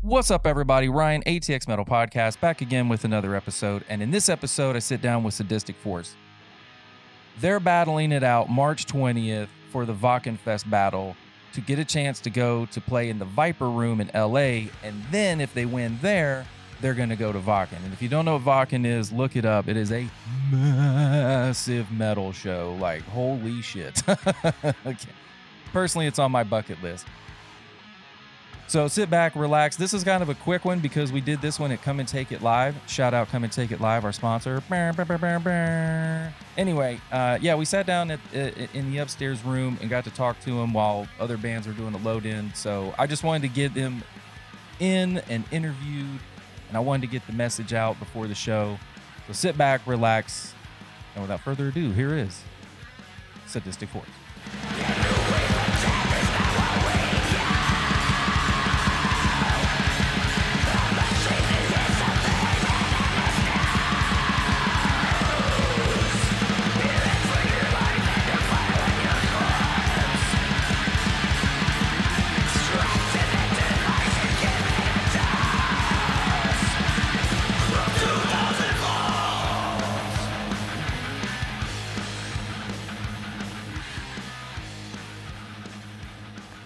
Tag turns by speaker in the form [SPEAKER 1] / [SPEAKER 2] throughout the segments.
[SPEAKER 1] What's up, everybody? Ryan, ATX Metal Podcast, back again with another episode. And in this episode, I sit down with Sadistic Force. They're battling it out March 20th for the Vakenfest battle to get a chance to go to play in the Viper Room in LA. And then if they win there, they're going to go to Vakken. And if you don't know what Vakken is, look it up. It is a massive metal show. Like, holy shit. Okay. Personally, it's on my bucket list. So sit back, relax. This is kind of a quick one because we did this one at Come and Take It Live. Shout out Come and Take It Live, our sponsor. Brr, brr, brr, brr, brr. Anyway, uh, yeah, we sat down at, i- in the upstairs room and got to talk to them while other bands were doing a load in. So I just wanted to get them in and interviewed, and I wanted to get the message out before the show. So sit back, relax, and without further ado, here is Sadistic Force.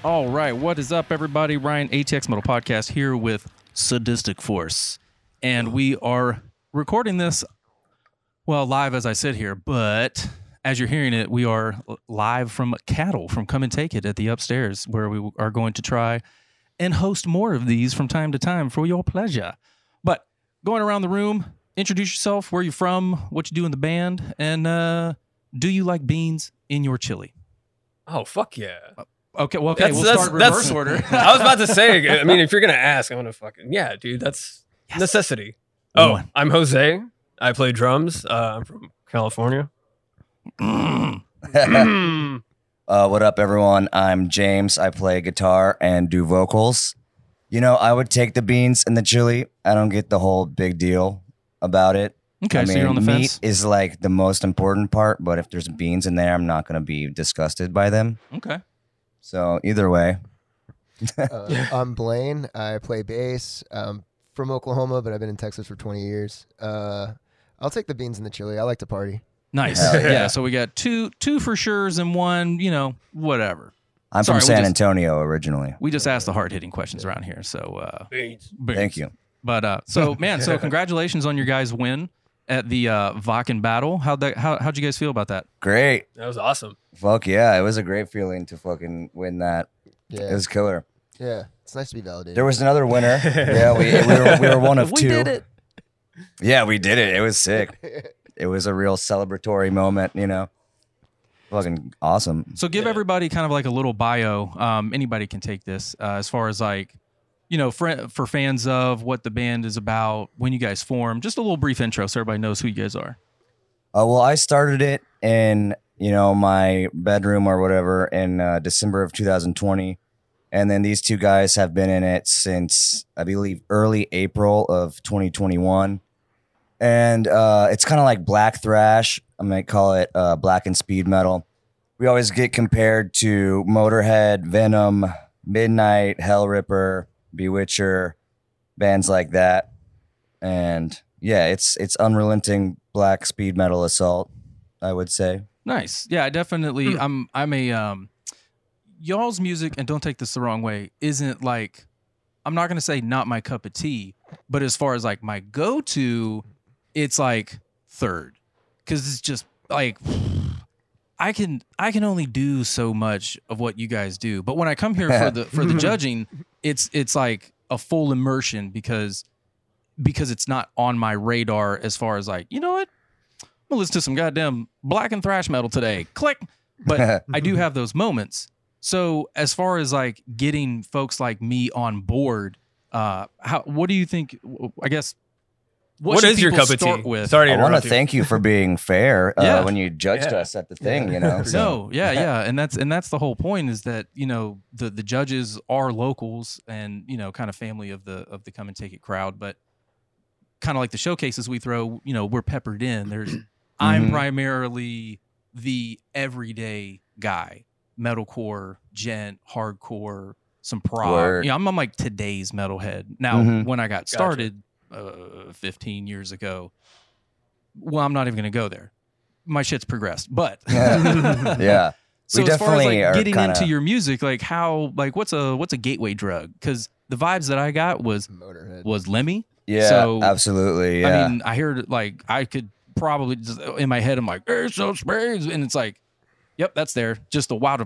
[SPEAKER 1] All right, what is up, everybody? Ryan ATX Metal Podcast here with Sadistic Force, and we are recording this well live as I sit here, but as you're hearing it, we are l- live from Cattle from Come and Take It at the upstairs, where we are going to try and host more of these from time to time for your pleasure. But going around the room, introduce yourself, where you from, what you do in the band, and uh, do you like beans in your chili?
[SPEAKER 2] Oh fuck yeah!
[SPEAKER 1] Okay, well, okay,
[SPEAKER 2] That's-
[SPEAKER 1] we'll
[SPEAKER 2] that's-
[SPEAKER 1] start
[SPEAKER 2] that's-
[SPEAKER 1] reverse order.
[SPEAKER 2] I was about to say. I mean, if you're gonna ask, I'm gonna fucking yeah, dude. That's
[SPEAKER 1] Yes.
[SPEAKER 2] necessity.
[SPEAKER 1] Good
[SPEAKER 2] Oh,
[SPEAKER 1] one.
[SPEAKER 2] I'm Jose. I play drums. Uh, I'm from California. Mm.
[SPEAKER 3] Uh, what up, everyone? I'm James. I play guitar and do vocals. You know, I would take the beans and the chili. I don't get the whole big deal about it.
[SPEAKER 1] Okay,
[SPEAKER 3] I
[SPEAKER 1] so you're on the
[SPEAKER 3] meat
[SPEAKER 1] fence.
[SPEAKER 3] is like the most important part, but if there's beans in there, I'm not going to be disgusted by them.
[SPEAKER 1] Okay.
[SPEAKER 3] So either way,
[SPEAKER 4] Uh, I'm Blaine. I play bass. I'm from Oklahoma, but I've been in Texas for 20 years. Uh, I'll take the beans and the chili. I like to party.
[SPEAKER 1] Nice.
[SPEAKER 3] Hell
[SPEAKER 1] yeah.
[SPEAKER 2] yeah.
[SPEAKER 1] So we got two two for sure's and one, you know, whatever.
[SPEAKER 3] I'm
[SPEAKER 1] Sorry,
[SPEAKER 3] from
[SPEAKER 1] we
[SPEAKER 3] San
[SPEAKER 1] just-
[SPEAKER 3] Antonio originally.
[SPEAKER 1] We just asked the hard hitting questions around here. So uh
[SPEAKER 2] Beans.
[SPEAKER 1] boom.
[SPEAKER 3] Thank you.
[SPEAKER 1] But uh so man, so congratulations on your guys' win at the uh Vakken battle. How'd that how how'd you guys feel about that?
[SPEAKER 3] Great.
[SPEAKER 2] That was awesome.
[SPEAKER 3] Fuck yeah. It was a great feeling to fucking win that. It
[SPEAKER 4] Yeah,
[SPEAKER 3] was killer.
[SPEAKER 4] yeah. It's nice to be validated.
[SPEAKER 3] There was another winner. yeah, we, we, were, we were one of
[SPEAKER 1] we
[SPEAKER 3] two.
[SPEAKER 1] did it.
[SPEAKER 3] Yeah, we did it. It was sick. it was a real celebratory moment, you know. Fucking awesome.
[SPEAKER 1] So give
[SPEAKER 2] Yeah.
[SPEAKER 1] everybody kind of like a little bio. Um, anybody can take this uh, as far as like, you know, for, for fans of what the band is about, when you guys form, just a little brief intro so everybody knows who you guys are.
[SPEAKER 3] Uh, well, I started it in you know my bedroom or whatever in uh, December of 2020, and then these two guys have been in it since I believe early April of 2021, and uh, it's kind of like black thrash. I'm gonna call it uh, black and speed metal. We always get compared to Motorhead, Venom, Midnight, Hell Ripper, Bewitcher, bands like that. and yeah, it's it's unrelenting black speed metal assault. I would say.
[SPEAKER 1] Nice. Yeah, I definitely. I'm. I'm a. Um, y'all's music, and don't take this the wrong way, isn't like. I'm not gonna say not my cup of tea, but as far as like my go to, it's like third, because it's just like. I can I can only do so much of what you guys do, but when I come here for the for the judging, it's it's like a full immersion because because it's not on my radar as far as like you know what I'm gonna listen to some goddamn black and thrash metal today. Click. But I do have those moments. So as far as like getting folks like me on board, uh, how what do you think? I guess
[SPEAKER 2] what
[SPEAKER 1] should
[SPEAKER 2] is your
[SPEAKER 1] people
[SPEAKER 2] cup of
[SPEAKER 1] start
[SPEAKER 2] tea?
[SPEAKER 1] With?
[SPEAKER 2] Sorry to
[SPEAKER 3] I want
[SPEAKER 2] interrupt
[SPEAKER 3] to thank you for being fair uh,
[SPEAKER 1] Yeah.
[SPEAKER 3] when you judged
[SPEAKER 2] Yeah.
[SPEAKER 3] us at the thing. You know,
[SPEAKER 1] No, yeah, yeah, and that's and that's the whole point is that you know the the judges are locals and you know kind of family of the of the come and take it crowd, but kind of like the showcases we throw, you know, we're peppered in. There's I'm
[SPEAKER 3] Mhm.
[SPEAKER 1] primarily the everyday guy, metalcore, gent, hardcore, some prog.
[SPEAKER 3] Word.
[SPEAKER 1] You know, I'm, I'm like today's metalhead. Now,
[SPEAKER 3] Mhm.
[SPEAKER 1] when I got started uh, 15 years ago, well, I'm not even going to go there. My shit's progressed, but
[SPEAKER 3] Yeah. yeah.
[SPEAKER 1] So
[SPEAKER 3] We
[SPEAKER 1] as far as like
[SPEAKER 3] definitely are
[SPEAKER 1] getting
[SPEAKER 3] kinda-
[SPEAKER 1] into your music, like how, like what's a what's a gateway drug? Because the vibes that I got was
[SPEAKER 4] Motorhead.
[SPEAKER 1] was Lemmy.
[SPEAKER 3] Yeah.
[SPEAKER 1] So,
[SPEAKER 3] absolutely. Yeah.
[SPEAKER 1] I mean, I heard like I could probably just, in my head, I'm like, there's no sprays, and it's like, yep, that's there. Just the wild.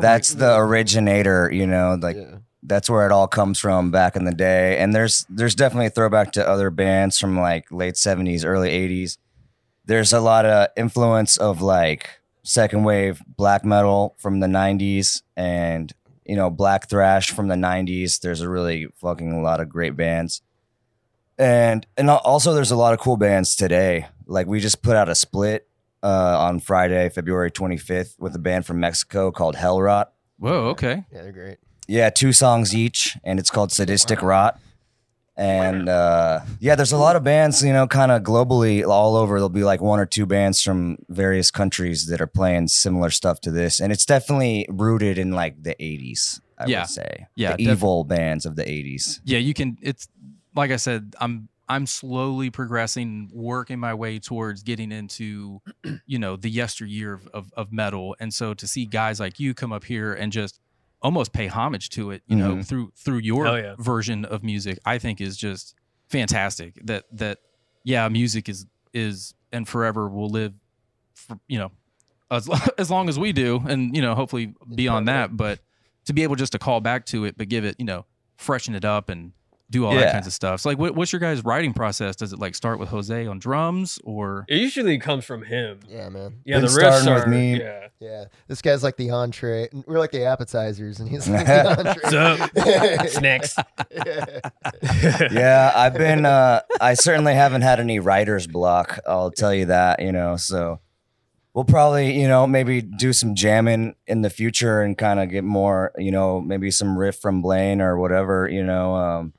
[SPEAKER 3] that's the originator, you know, like
[SPEAKER 4] yeah.
[SPEAKER 3] that's where it all comes from back in the day. And there's there's definitely a throwback to other bands from like late 70s, early 80s. There's a lot of influence of like second wave black metal from the 90s and you know black thrash from the 90s. There's a really fucking lot of great bands. And and al- also there's a lot of cool bands today. Like we just put out a split uh, on Friday, February 25th with a band from Mexico called Hellrot.
[SPEAKER 1] Whoa, okay.
[SPEAKER 4] yeah, they're great.
[SPEAKER 3] Yeah, two songs each, and it's called Sadistic Rot. And uh, yeah, there's a lot of bands, you know, kind of globally all over. There'll be like one or two bands from various countries that are playing similar stuff to this, and it's definitely rooted in like the '80s. I
[SPEAKER 1] Yeah.
[SPEAKER 3] would say,
[SPEAKER 1] Yeah,
[SPEAKER 3] the
[SPEAKER 1] def-
[SPEAKER 3] evil bands of the '80s.
[SPEAKER 1] Yeah, you can. It's like I said, I'm I'm slowly progressing, working my way towards getting into, you know, the yesteryear of of, of metal. And so to see guys like you come up here and just almost pay homage to it, you know,
[SPEAKER 3] Mhm.
[SPEAKER 1] through through your
[SPEAKER 2] Hell yeah.
[SPEAKER 1] version of music, I think is just fantastic. That that yeah, music is is and forever will live, for, you know, as as long as we do, and you know, hopefully beyond that. But to be able just to call back to it, but give it, you know, freshen it up and do all that
[SPEAKER 3] Yeah.
[SPEAKER 1] kinds of stuff. So like, what, what's your guys' writing process? Does it like start with Jose on drums or?
[SPEAKER 2] It usually comes from him.
[SPEAKER 4] Yeah, man.
[SPEAKER 2] Yeah,
[SPEAKER 3] Been
[SPEAKER 2] the riffs
[SPEAKER 3] starting
[SPEAKER 2] are.
[SPEAKER 3] with me.
[SPEAKER 2] Yeah.
[SPEAKER 4] Yeah, this guy's like the entree. We're like the appetizers, and he's like the entree.
[SPEAKER 2] Sup? Snacks.
[SPEAKER 3] yeah, I've been. Uh, I certainly haven't had any writer's block. I'll tell you that. You know, so we'll probably, you know, maybe do some jamming in the future and kind of get more. You know, maybe some riff from Blaine or whatever. You know, um,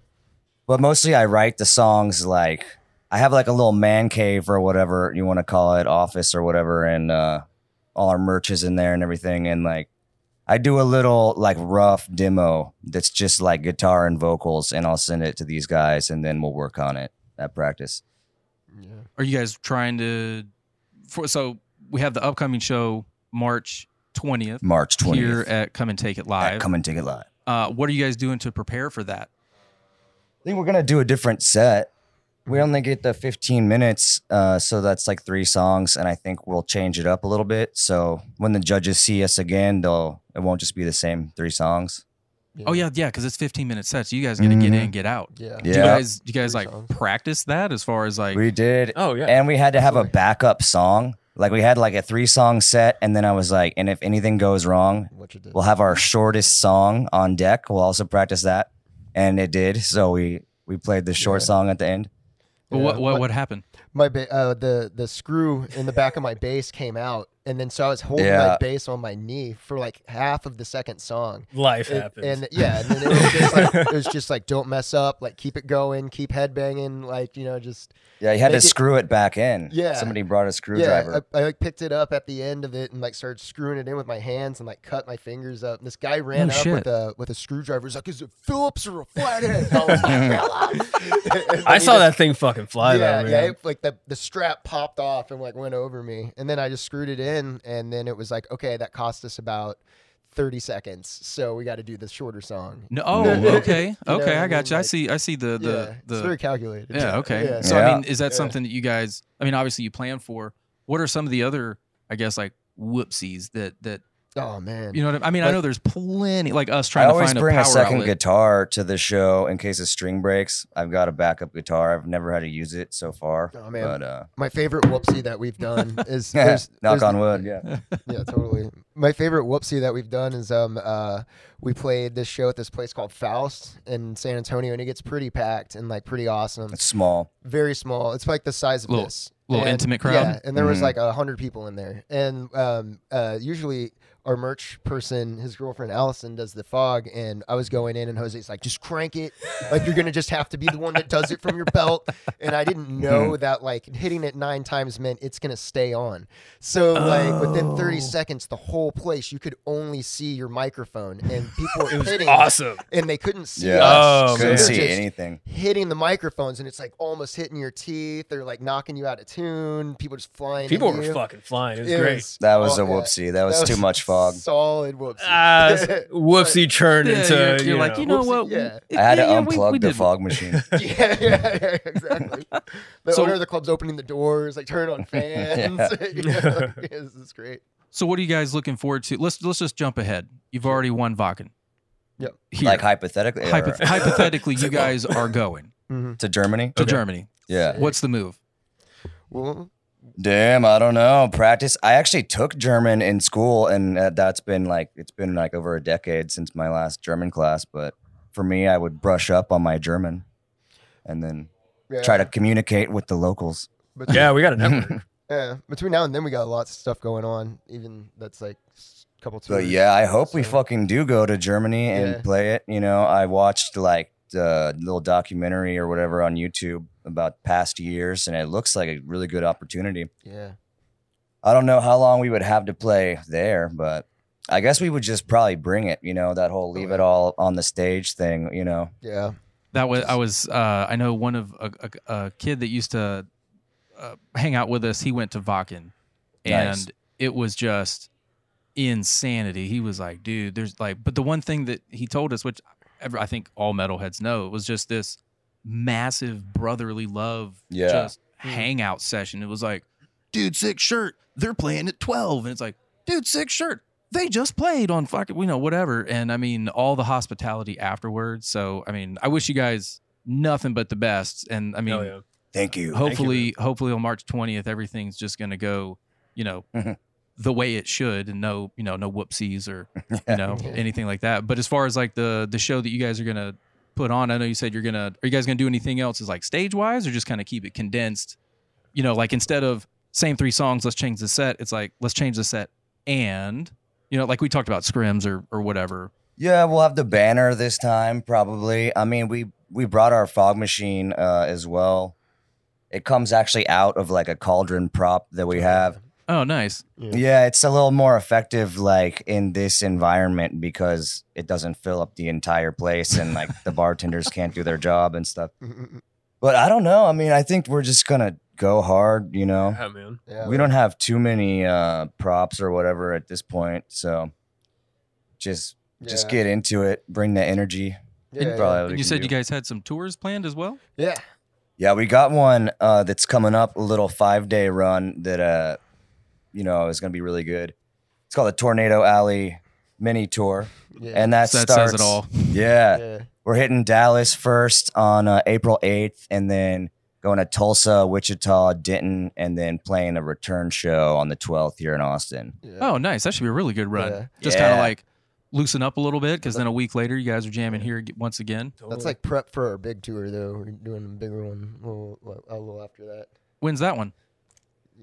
[SPEAKER 3] but mostly I write the songs like I have like a little man cave or whatever you want to call it, office or whatever, and uh, all our merch is in there and everything, and like. I do a little like rough demo that's just like guitar and vocals, and I'll send it to these guys, and then we'll work on it at practice.
[SPEAKER 4] yeah.
[SPEAKER 1] Are you guys trying to? For, so we have the upcoming show March twentieth
[SPEAKER 3] March
[SPEAKER 1] here
[SPEAKER 3] twentieth.
[SPEAKER 1] at Come and Take It Live.
[SPEAKER 3] Come and take it live.
[SPEAKER 1] Uh, what are you guys doing to prepare for that?
[SPEAKER 3] I think we're gonna do a different set. We only get the fifteen minutes, uh, so that's like three songs, and I think we'll change it up a little bit. So when the judges see us again, they'll it won't just be the same three songs.
[SPEAKER 1] Oh yeah, yeah, because it's fifteen minute sets. You guys got to get in,
[SPEAKER 3] Mhm.
[SPEAKER 1] get out.
[SPEAKER 4] yeah,
[SPEAKER 1] Do you
[SPEAKER 3] Yeah.
[SPEAKER 1] guys, do you guys
[SPEAKER 4] Three
[SPEAKER 1] like
[SPEAKER 4] songs.
[SPEAKER 1] practice that as far as like?
[SPEAKER 3] We did
[SPEAKER 2] Oh yeah.
[SPEAKER 3] and we had to have a
[SPEAKER 4] Absolutely.
[SPEAKER 3] backup song. Like we had like a three song set, and then I was like, and if anything goes wrong,
[SPEAKER 4] What you did?
[SPEAKER 3] We'll have our shortest song on deck. We'll also practice that, and it did. So we we played the short
[SPEAKER 4] Yeah.
[SPEAKER 3] song at the end.
[SPEAKER 1] Well, what
[SPEAKER 4] Yeah.
[SPEAKER 1] what
[SPEAKER 4] But-
[SPEAKER 1] what happened?
[SPEAKER 4] my ba- uh, the the screw in the back of my bass came out, and then so I was holding my
[SPEAKER 3] Yeah.
[SPEAKER 4] bass on my knee for like half of the second song.
[SPEAKER 2] Life
[SPEAKER 4] And-
[SPEAKER 2] happens.
[SPEAKER 4] And yeah, and then it was just like it was just like don't mess up, like keep it going, keep headbanging, like you know, just
[SPEAKER 3] Yeah, you had
[SPEAKER 4] Make
[SPEAKER 3] to
[SPEAKER 4] it-
[SPEAKER 3] screw it back in.
[SPEAKER 4] Yeah. uh,
[SPEAKER 3] somebody brought a screwdriver.
[SPEAKER 4] yeah. I, I like picked it up at the end of it and like started screwing it in with my hands and like cut my fingers up. And this guy ran
[SPEAKER 1] No
[SPEAKER 4] up
[SPEAKER 1] shit.
[SPEAKER 4] with a with a screwdriver. He's like, "Is it Phillips or a flathead?" And I was like, "Fella."
[SPEAKER 2] I
[SPEAKER 4] And then he
[SPEAKER 2] saw
[SPEAKER 4] just-
[SPEAKER 2] that thing fucking fly
[SPEAKER 4] yeah,
[SPEAKER 2] though, man.
[SPEAKER 4] yeah. It, like the the strap popped off and like went over me, and then I just screwed it in, and then it was like, okay, that cost us about thirty seconds, so we got to do the shorter song.
[SPEAKER 1] No, oh,
[SPEAKER 4] Yeah.
[SPEAKER 1] okay,
[SPEAKER 4] know what
[SPEAKER 1] okay,
[SPEAKER 4] I
[SPEAKER 1] I
[SPEAKER 4] mean?
[SPEAKER 1] got you. I
[SPEAKER 4] Like-
[SPEAKER 1] see, I see the the
[SPEAKER 4] yeah,
[SPEAKER 1] the.
[SPEAKER 4] it's very calculated.
[SPEAKER 1] Yeah, okay.
[SPEAKER 4] Yeah.
[SPEAKER 1] So I
[SPEAKER 3] Yeah.
[SPEAKER 1] mean, is that
[SPEAKER 4] Yeah.
[SPEAKER 1] something that you guys I mean, obviously you plan for. What are some of the other I guess like whoopsies that that
[SPEAKER 4] Oh man.
[SPEAKER 1] you know what I, I mean, I
[SPEAKER 4] Like-
[SPEAKER 1] know there's plenty like us
[SPEAKER 3] I
[SPEAKER 1] trying to
[SPEAKER 3] always
[SPEAKER 1] find
[SPEAKER 3] bring
[SPEAKER 1] a
[SPEAKER 3] a,
[SPEAKER 1] power
[SPEAKER 3] second
[SPEAKER 1] outlet.
[SPEAKER 3] guitar to the show in case a string breaks. I've got a backup guitar. I've never had to use it so far.
[SPEAKER 4] Oh, man.
[SPEAKER 3] But uh,
[SPEAKER 4] my favorite whoopsie that we've done is there's,
[SPEAKER 3] knock
[SPEAKER 4] there's-
[SPEAKER 3] on wood. Yeah.
[SPEAKER 4] Yeah, totally. My favorite whoopsie that we've done is um uh we played this show at this place called Faust in San Antonio, and it gets pretty packed and like pretty awesome.
[SPEAKER 3] It's small.
[SPEAKER 4] very small. It's like the size of
[SPEAKER 1] Little-
[SPEAKER 4] this.
[SPEAKER 1] little
[SPEAKER 4] And-
[SPEAKER 1] intimate crowd? Mm-hmm.
[SPEAKER 4] Yeah, and there was
[SPEAKER 3] Mhm.
[SPEAKER 4] like a hundred people in there. And um, uh, usually our merch person, his girlfriend Allison, does the fog. And I was going in, and Jose's like, "Just crank it, like you're gonna just have to be the one that does it from your belt." And I didn't know
[SPEAKER 1] Mm-hmm.
[SPEAKER 4] that like hitting it nine times meant it's gonna stay on. So like within
[SPEAKER 1] Oh.
[SPEAKER 4] thirty seconds, the whole whole place, you could only see your microphone, and people
[SPEAKER 2] It
[SPEAKER 4] were
[SPEAKER 2] was
[SPEAKER 4] hitting,
[SPEAKER 2] awesome.
[SPEAKER 4] and they couldn't see
[SPEAKER 3] Yeah.
[SPEAKER 4] us.
[SPEAKER 2] Oh,
[SPEAKER 4] so they're
[SPEAKER 3] Couldn't see
[SPEAKER 4] just
[SPEAKER 3] anything.
[SPEAKER 4] hitting the microphones, and it's like almost hitting your teeth. They're like knocking you out of tune. People just flying.
[SPEAKER 2] People
[SPEAKER 4] at
[SPEAKER 2] were
[SPEAKER 4] you.
[SPEAKER 2] fucking flying. It was
[SPEAKER 4] It
[SPEAKER 2] great.
[SPEAKER 4] was-
[SPEAKER 3] That was
[SPEAKER 4] oh,
[SPEAKER 3] a
[SPEAKER 4] yeah.
[SPEAKER 3] whoopsie. That, was, too much fog.
[SPEAKER 4] Solid whoopsie.
[SPEAKER 2] Ah, whoopsie churn
[SPEAKER 1] Yeah,
[SPEAKER 2] into
[SPEAKER 1] you're,
[SPEAKER 2] you
[SPEAKER 1] you're like,
[SPEAKER 2] know.
[SPEAKER 1] you know
[SPEAKER 4] Whoopsie,
[SPEAKER 1] what?
[SPEAKER 4] yeah.
[SPEAKER 3] I had to
[SPEAKER 1] yeah, yeah, we-
[SPEAKER 3] unplug
[SPEAKER 1] we
[SPEAKER 3] the
[SPEAKER 1] didn't-
[SPEAKER 3] fog machine.
[SPEAKER 4] yeah, yeah, yeah, exactly. The
[SPEAKER 1] So-
[SPEAKER 4] owner of the club's opening the doors, like turn on fans. You know, like, this is great.
[SPEAKER 1] So what are you guys looking forward to? Let's let's just jump ahead. You've already won Vakken.
[SPEAKER 4] Yep.
[SPEAKER 1] Here.
[SPEAKER 3] like hypothetically, or-
[SPEAKER 1] Hypoth- hypothetically, you guys are going
[SPEAKER 2] Mm-hmm.
[SPEAKER 3] to Germany.
[SPEAKER 1] to
[SPEAKER 2] Okay.
[SPEAKER 1] Germany.
[SPEAKER 3] Yeah.
[SPEAKER 1] What's the move?
[SPEAKER 4] Well,
[SPEAKER 3] Damn, I don't know. Practice. I actually took German in school, and uh, that's been like it's been like over a decade since my last German class. But for me, I would brush up on my German, and then
[SPEAKER 4] yeah,
[SPEAKER 3] try to communicate with the locals.
[SPEAKER 4] Between,
[SPEAKER 2] Yeah, we got a network.
[SPEAKER 4] yeah, Between now and then, we got a lot of stuff going on. Even that's like a couple tours.
[SPEAKER 3] But yeah, I hope we
[SPEAKER 4] So-
[SPEAKER 3] fucking do go to Germany and
[SPEAKER 4] Yeah.
[SPEAKER 3] play it. You know, I watched like the little documentary or whatever on YouTube about past years, and it looks like a really good opportunity.
[SPEAKER 4] Yeah.
[SPEAKER 3] I don't know how long we would have to play there, but I guess we would just probably bring it, you know, that whole leave it all on the stage thing, you know.
[SPEAKER 4] Yeah.
[SPEAKER 1] That was I was uh, I know one of a, a, a kid that used to uh, hang out with us. He went to Vakken, and
[SPEAKER 3] Nice.
[SPEAKER 1] it was just insanity. He was like, "Dude, there's like," but the one thing that he told us, which ever- I think all metalheads know, was just this massive brotherly love,
[SPEAKER 3] Yeah. Hmm.
[SPEAKER 1] just
[SPEAKER 4] Mhm.
[SPEAKER 1] hangout session. It was like, "Dude, sick shirt. They're playing at 12. and it's like, "Dude, sick shirt." They just played on fucking, you know, whatever. And I mean, all the hospitality afterwards. So, I mean, I wish you guys nothing but the best. And I mean,
[SPEAKER 2] Hell yeah.
[SPEAKER 3] Thank you.
[SPEAKER 1] hopefully hopefully on march 20th everything's just going to go you know
[SPEAKER 3] Mhm.
[SPEAKER 1] the way it should and no you know no whoopsies or you
[SPEAKER 3] Yeah.
[SPEAKER 1] know
[SPEAKER 4] Yeah.
[SPEAKER 1] anything like that but as far as like the the show that you guys are going to put on i know you said you're going to are you guys going to do anything else is like stage wise or just kind of keep it condensed you know like instead of same three songs let's change the set it's like let's change the set and you know like we talked about scrims or or whatever
[SPEAKER 3] Yeah, we'll have the banner this time probably. I mean, we we brought our fog machine uh, as well. It comes actually out of like a cauldron prop that we have.
[SPEAKER 1] oh nice
[SPEAKER 3] Yeah, it's a little more effective like in this environment because it doesn't fill up the entire place and like the bartenders can't do their job and stuff. But I don't know. I mean, I think we're just gonna go hard. You know,
[SPEAKER 2] Yeah, man.
[SPEAKER 4] yeah.
[SPEAKER 3] we don't have too many uh, props or whatever at this point, so just just
[SPEAKER 4] yeah.
[SPEAKER 3] get into it. Bring the energy.
[SPEAKER 4] Yeah, yeah.
[SPEAKER 3] probably we
[SPEAKER 1] and you
[SPEAKER 3] can
[SPEAKER 1] said
[SPEAKER 3] do.
[SPEAKER 1] you guys had some tours planned as well
[SPEAKER 4] Yeah.
[SPEAKER 3] Yeah, we got one uh, that's coming up. A little five day run that uh, you know is gonna be really good. It's called the Tornado Alley Mini Tour,
[SPEAKER 4] Yeah.
[SPEAKER 3] and that,
[SPEAKER 1] that
[SPEAKER 3] starts.
[SPEAKER 1] says it all
[SPEAKER 3] Yeah,
[SPEAKER 4] yeah.
[SPEAKER 3] we're hitting Dallas first on uh, April 8th and then going to Tulsa, Wichita, Denton, and then playing a return show on the 12th here in Austin.
[SPEAKER 4] Yeah.
[SPEAKER 1] Oh, nice. That should be a really good run.
[SPEAKER 4] Yeah.
[SPEAKER 1] Just kind of
[SPEAKER 3] Yeah.
[SPEAKER 1] like loosen up a little bit because then a week later, you guys are jamming here ag- once again.
[SPEAKER 2] Oh.
[SPEAKER 4] That's like prep for our big tour, though. We're doing a bigger one a little, a little after that.
[SPEAKER 1] When's that one?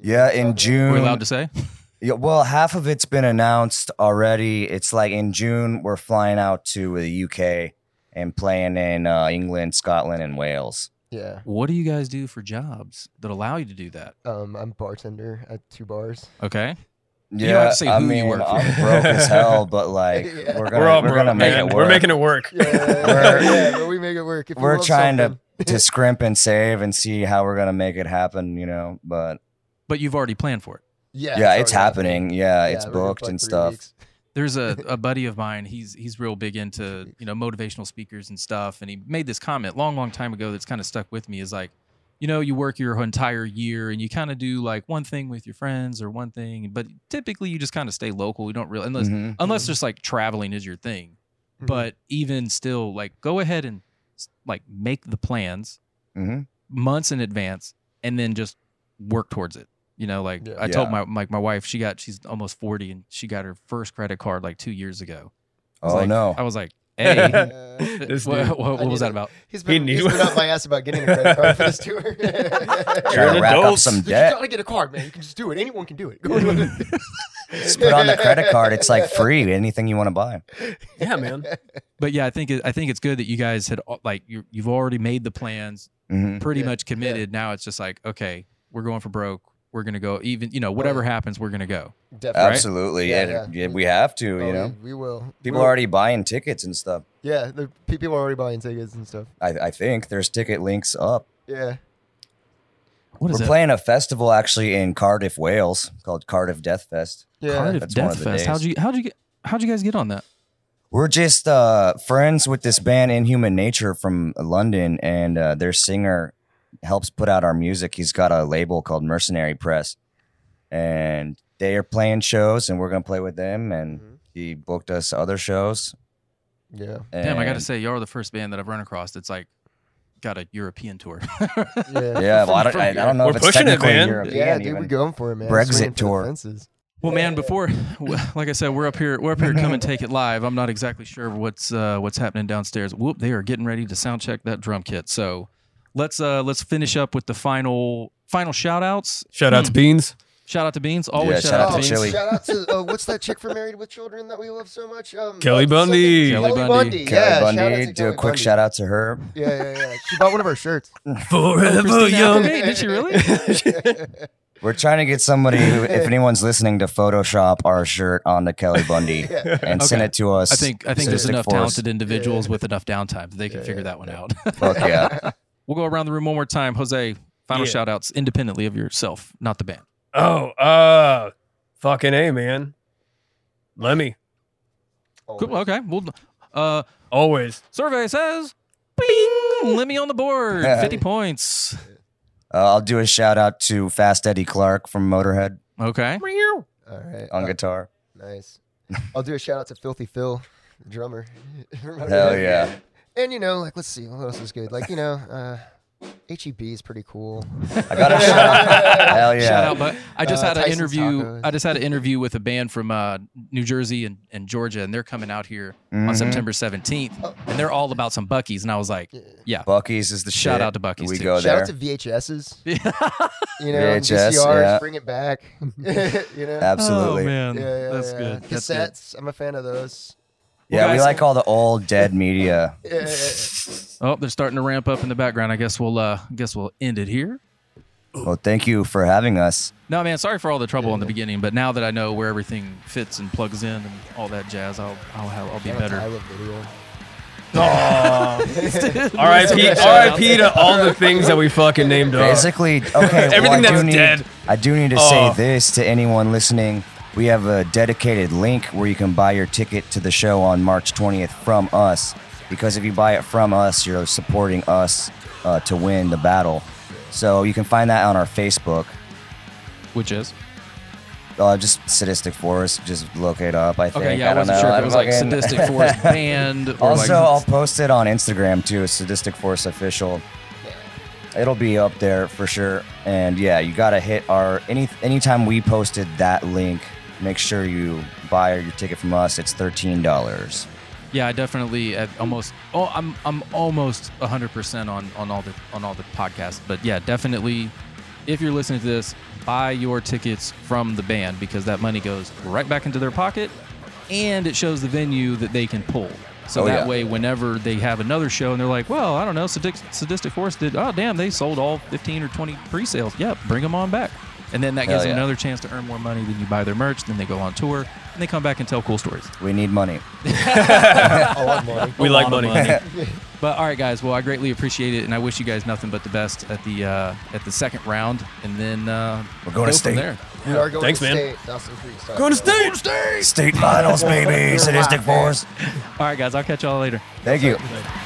[SPEAKER 3] Yeah, in
[SPEAKER 1] We're
[SPEAKER 3] June.
[SPEAKER 1] allowed to say?
[SPEAKER 3] Yeah, well, half of it's been announced already. It's like in June, we're flying out to the UK and playing in uh, England, Scotland, and Wales.
[SPEAKER 4] Yeah.
[SPEAKER 1] What do you guys do for jobs that allow you to do that?
[SPEAKER 4] Um, I'm bartender at two bars.
[SPEAKER 1] Okay.
[SPEAKER 3] Yeah,
[SPEAKER 1] don't have to say
[SPEAKER 3] I
[SPEAKER 1] who you
[SPEAKER 3] mean,
[SPEAKER 1] work for.
[SPEAKER 3] I'm broke as hell, but like
[SPEAKER 4] Yeah.
[SPEAKER 3] we're gonna
[SPEAKER 2] we're all
[SPEAKER 3] we're
[SPEAKER 2] broke,
[SPEAKER 3] gonna make
[SPEAKER 2] man.
[SPEAKER 3] it work.
[SPEAKER 2] We're making it work.
[SPEAKER 4] Yeah, yeah,
[SPEAKER 3] We're-
[SPEAKER 4] yeah, but we make it work. If you
[SPEAKER 3] we're
[SPEAKER 4] love
[SPEAKER 3] trying
[SPEAKER 4] something-
[SPEAKER 3] to to scrimp and save and see how we're gonna make it happen, you know. But
[SPEAKER 1] But you've already planned for it.
[SPEAKER 4] Yeah,
[SPEAKER 3] yeah, it's
[SPEAKER 4] already
[SPEAKER 3] happening. Yeah,
[SPEAKER 4] Yeah,
[SPEAKER 3] it's
[SPEAKER 4] we're gonna
[SPEAKER 3] booked
[SPEAKER 4] play
[SPEAKER 3] and
[SPEAKER 4] three
[SPEAKER 3] stuff.
[SPEAKER 4] weeks.
[SPEAKER 1] There's a, a buddy of mine. He's he's real big into you know motivational speakers and stuff. And he made this comment long, long time ago that's kind of stuck with me. Is like, you know, you work your entire year and you kind of do like one thing with your friends or one thing, but typically you just kind of stay local. You don't really unless
[SPEAKER 3] Mhm.
[SPEAKER 1] unless just like traveling is your thing.
[SPEAKER 4] Mhm.
[SPEAKER 1] but even still like go ahead and s- like make the plans
[SPEAKER 3] Mhm.
[SPEAKER 1] months in advance and then just work towards it you know like
[SPEAKER 4] Yeah.
[SPEAKER 1] i told
[SPEAKER 3] Yeah.
[SPEAKER 1] my like my wife she got she's almost 40 and she got her first credit card like two years ago I was
[SPEAKER 3] Oh
[SPEAKER 1] like- i
[SPEAKER 3] no!
[SPEAKER 1] was like hey
[SPEAKER 4] Yeah.
[SPEAKER 2] This
[SPEAKER 1] what,
[SPEAKER 2] dude.
[SPEAKER 1] what- what
[SPEAKER 4] I
[SPEAKER 1] was
[SPEAKER 4] need
[SPEAKER 1] that
[SPEAKER 4] it.
[SPEAKER 1] about
[SPEAKER 4] he's
[SPEAKER 2] He
[SPEAKER 4] been,
[SPEAKER 2] knew.
[SPEAKER 4] he's been up my ass about getting a credit card for this tour.
[SPEAKER 2] You're
[SPEAKER 3] Trying
[SPEAKER 2] an
[SPEAKER 3] to rack
[SPEAKER 2] adult.
[SPEAKER 3] up some
[SPEAKER 4] You just
[SPEAKER 3] debt.
[SPEAKER 4] gotta get a card, man. You can just do it. Anyone can do it.
[SPEAKER 3] Just put on the credit card. It's like free. Anything you want to buy.
[SPEAKER 2] Yeah, man.
[SPEAKER 1] but yeah i think it, i think it's good that you guys had al- like you you've already made the plans
[SPEAKER 3] hmm
[SPEAKER 1] pretty
[SPEAKER 4] Yeah.
[SPEAKER 1] much committed now it's just like okay we're going for broke we're gonna go. Even you know whatever happens, we're gonna go.
[SPEAKER 4] Definitely.
[SPEAKER 3] Absolutely.
[SPEAKER 4] Yeah,
[SPEAKER 3] and
[SPEAKER 4] yeah.
[SPEAKER 3] yeah, we have to,
[SPEAKER 4] Oh,
[SPEAKER 3] you know.
[SPEAKER 4] we, we will.
[SPEAKER 3] People are
[SPEAKER 4] We'll-
[SPEAKER 3] already buying tickets and stuff.
[SPEAKER 4] Yeah, the people are already buying tickets and stuff.
[SPEAKER 3] I, I think there's ticket links up.
[SPEAKER 4] Yeah.
[SPEAKER 1] What is
[SPEAKER 3] We're
[SPEAKER 1] that?
[SPEAKER 3] playing a festival actually in Cardiff, Wales, called Cardiff Death Fest.
[SPEAKER 4] Yeah.
[SPEAKER 1] Cardiff
[SPEAKER 3] that's one of
[SPEAKER 1] Death
[SPEAKER 3] the
[SPEAKER 1] Fest.
[SPEAKER 3] days.
[SPEAKER 1] How'd you how'd you get how'd you guys get on that?
[SPEAKER 3] We're just uh, friends with this band, Inhuman Nature, from London, and uh, their singer helps put out our music. He's got a label called Mercenary Press, and they are playing shows, and we're gonna play with them. And
[SPEAKER 4] Mhm.
[SPEAKER 3] he booked us other shows.
[SPEAKER 4] Yeah.
[SPEAKER 1] Damn, I
[SPEAKER 3] and-
[SPEAKER 1] gotta say, y'all are the first band that I've run across that's like got a European tour.
[SPEAKER 4] Yeah.
[SPEAKER 3] Yeah, well, I don't,
[SPEAKER 1] From
[SPEAKER 3] I, I don't know
[SPEAKER 2] We're
[SPEAKER 3] if it's
[SPEAKER 2] pushing it,
[SPEAKER 3] technically
[SPEAKER 2] man.
[SPEAKER 3] European.
[SPEAKER 4] Yeah, dude,
[SPEAKER 3] even.
[SPEAKER 4] we're going for it, man.
[SPEAKER 3] Brexit
[SPEAKER 4] Swinging for the
[SPEAKER 3] tour.
[SPEAKER 4] fences.
[SPEAKER 1] Well, man, before, like I said, we're up here. We're up here. Come and take it live. I'm not exactly sure what's uh, what's happening downstairs. Whoop! They are getting ready to sound check that drum kit. So let's uh, let's finish up with the final final shout outs.
[SPEAKER 2] Shout
[SPEAKER 3] Hmm.
[SPEAKER 2] out to Beans.
[SPEAKER 1] Shout out to Beans. Always shout,
[SPEAKER 3] Yeah, shout
[SPEAKER 1] out,
[SPEAKER 3] out
[SPEAKER 1] to
[SPEAKER 4] Oh,
[SPEAKER 1] Beans.
[SPEAKER 3] Chili.
[SPEAKER 4] Shout out to uh, what's that chick from Married with Children that we love so much? Um,
[SPEAKER 2] Kelly
[SPEAKER 4] uh, something-
[SPEAKER 2] Bundy.
[SPEAKER 1] Kelly
[SPEAKER 4] Kelly
[SPEAKER 1] Bundy.
[SPEAKER 4] Bundy.
[SPEAKER 3] Kelly
[SPEAKER 4] yeah,
[SPEAKER 3] Bundy,
[SPEAKER 4] shout out to
[SPEAKER 3] do
[SPEAKER 4] Kelly
[SPEAKER 3] a quick
[SPEAKER 4] Bundy.
[SPEAKER 3] shout out to her.
[SPEAKER 4] Yeah, yeah, yeah. She bought one of our shirts.
[SPEAKER 2] Forever
[SPEAKER 1] Christina
[SPEAKER 2] young.
[SPEAKER 1] Applegate, Oh, did she really?
[SPEAKER 3] We're trying to get somebody, who, if anyone's listening, to Photoshop our shirt onto Kelly Bundy
[SPEAKER 4] Yeah.
[SPEAKER 3] and send
[SPEAKER 1] Okay.
[SPEAKER 3] it to us.
[SPEAKER 1] I think I think there's
[SPEAKER 3] Sadistic
[SPEAKER 1] enough
[SPEAKER 3] Force.
[SPEAKER 1] talented individuals with enough downtime that they can
[SPEAKER 4] Yeah,
[SPEAKER 1] figure
[SPEAKER 4] yeah,
[SPEAKER 1] that one
[SPEAKER 4] yeah.
[SPEAKER 1] out.
[SPEAKER 3] Fuck yeah.
[SPEAKER 1] we'll go around the room one more time. Jose, final
[SPEAKER 2] Yeah.
[SPEAKER 1] shout outs independently of yourself, not the band.
[SPEAKER 2] Oh, uh, fucking A, man. Lemmy,
[SPEAKER 1] Cool. Okay. Well, uh,
[SPEAKER 2] always.
[SPEAKER 1] survey says, bing, Lemmy on the board, 50 points.
[SPEAKER 3] Uh, I'll do a shout out to Fast Eddie Clark from Motorhead
[SPEAKER 1] Okay.
[SPEAKER 4] All right.
[SPEAKER 3] on
[SPEAKER 4] uh,
[SPEAKER 3] guitar.
[SPEAKER 4] Nice. I'll do a shout out to Filthy Phil, the drummer. oh,
[SPEAKER 3] Hell yeah.
[SPEAKER 4] And you know, like let's see, what else is good? Like, you know, uh HEB is pretty cool.
[SPEAKER 3] I got a shout out. Hell yeah.
[SPEAKER 1] Shout out, but I just
[SPEAKER 4] Uh,
[SPEAKER 1] had an
[SPEAKER 4] Tyson's
[SPEAKER 1] interview.
[SPEAKER 4] Tacos.
[SPEAKER 1] I just had an interview with a band from uh, New Jersey and, and Georgia, and they're coming out here on
[SPEAKER 3] Mhm.
[SPEAKER 1] September 17th, and they're all about some Buckies, and I was like, yeah,
[SPEAKER 3] Bucky's is the
[SPEAKER 1] Shout
[SPEAKER 3] shit.
[SPEAKER 1] out to Buc-ee's,
[SPEAKER 3] We
[SPEAKER 1] too.
[SPEAKER 3] go
[SPEAKER 4] shout
[SPEAKER 3] Oh, there.
[SPEAKER 4] out to VHSs, you know,
[SPEAKER 3] VHS,
[SPEAKER 4] VCRs,
[SPEAKER 3] yeah.
[SPEAKER 4] bring it back. you know.
[SPEAKER 3] Absolutely.
[SPEAKER 1] Oh, man,
[SPEAKER 4] Yeah, yeah, yeah.
[SPEAKER 1] That's
[SPEAKER 4] Cassettes,
[SPEAKER 1] good.
[SPEAKER 4] I'm a fan of those.
[SPEAKER 3] Yeah, we
[SPEAKER 1] guys-
[SPEAKER 3] like all the old dead media.
[SPEAKER 4] Yeah, yeah, yeah.
[SPEAKER 1] Oh, they're starting to ramp up in the background. I guess we'll uh, guess we'll end it here.
[SPEAKER 3] Well, thank you for having us.
[SPEAKER 1] No, man, sorry for all the trouble in the beginning, but now that I know where everything fits and plugs in and all that jazz, I'll I'll, have, I'll be
[SPEAKER 4] Shout out to I
[SPEAKER 1] better.
[SPEAKER 4] love video.
[SPEAKER 2] R.I.P. R.I.P. to all the things that we fucking named off.
[SPEAKER 3] Basically, okay. well, I
[SPEAKER 2] Uh, Everything
[SPEAKER 3] do
[SPEAKER 2] that's
[SPEAKER 3] need,
[SPEAKER 2] dead.
[SPEAKER 3] I do need to
[SPEAKER 2] Oh.
[SPEAKER 3] say this to anyone listening. We have a dedicated link where you can buy your ticket to the show on March 20th from us. Because if you buy it from us, you're supporting us uh, to win the battle. So you can find that on our Facebook.
[SPEAKER 1] Which is
[SPEAKER 3] Uh, just sadistic force. Just look it up. I think.
[SPEAKER 1] okay. Yeah, I
[SPEAKER 3] don't
[SPEAKER 1] wasn't
[SPEAKER 3] know.
[SPEAKER 1] sure if
[SPEAKER 3] I'm
[SPEAKER 1] it was like
[SPEAKER 3] fucking-
[SPEAKER 1] sadistic force band. Or like,
[SPEAKER 3] Also, I'll post it on Instagram too, Sadistic Force Official. It'll be up there for sure. And yeah, you gotta hit our any anytime we posted that link, make sure you buy your ticket from us. It's thirteen dollars.
[SPEAKER 1] Yeah, I definitely at almost. Oh, I'm I'm almost 100 percent on on all the on all the podcasts. But yeah, definitely, if you're listening to this, buy your tickets from the band because that money goes right back into their pocket, and it shows the venue that they can pull. So
[SPEAKER 3] Oh,
[SPEAKER 1] that
[SPEAKER 3] yeah.
[SPEAKER 1] way, whenever they have another show and they're like, "Well, I don't know, Sadistic, Sadistic Force did. Oh, damn, they sold all 15 or 20 pre-sales. Yeah, bring them on back." And then that
[SPEAKER 3] Hell
[SPEAKER 1] gives them
[SPEAKER 3] yeah.
[SPEAKER 1] another chance to earn more money. Then you buy their merch. Then they go on tour, and they come back and tell cool stories.
[SPEAKER 3] We need money.
[SPEAKER 4] I love money.
[SPEAKER 2] We
[SPEAKER 1] A
[SPEAKER 2] like
[SPEAKER 1] lot of
[SPEAKER 2] money.
[SPEAKER 1] but all right, guys. Well, I greatly appreciate it, and I wish you guys nothing but the best at the uh, at the second round, and then uh,
[SPEAKER 3] We're going
[SPEAKER 1] go
[SPEAKER 3] to
[SPEAKER 1] from
[SPEAKER 3] state.
[SPEAKER 1] there.
[SPEAKER 4] We are going
[SPEAKER 2] Thanks,
[SPEAKER 4] to
[SPEAKER 2] man.
[SPEAKER 4] state. Dawson Creek. Sorry.
[SPEAKER 3] State finals, baby. Sadistic Force.
[SPEAKER 1] All right, guys. I'll catch y'all later.
[SPEAKER 3] Thank you.
[SPEAKER 2] Like-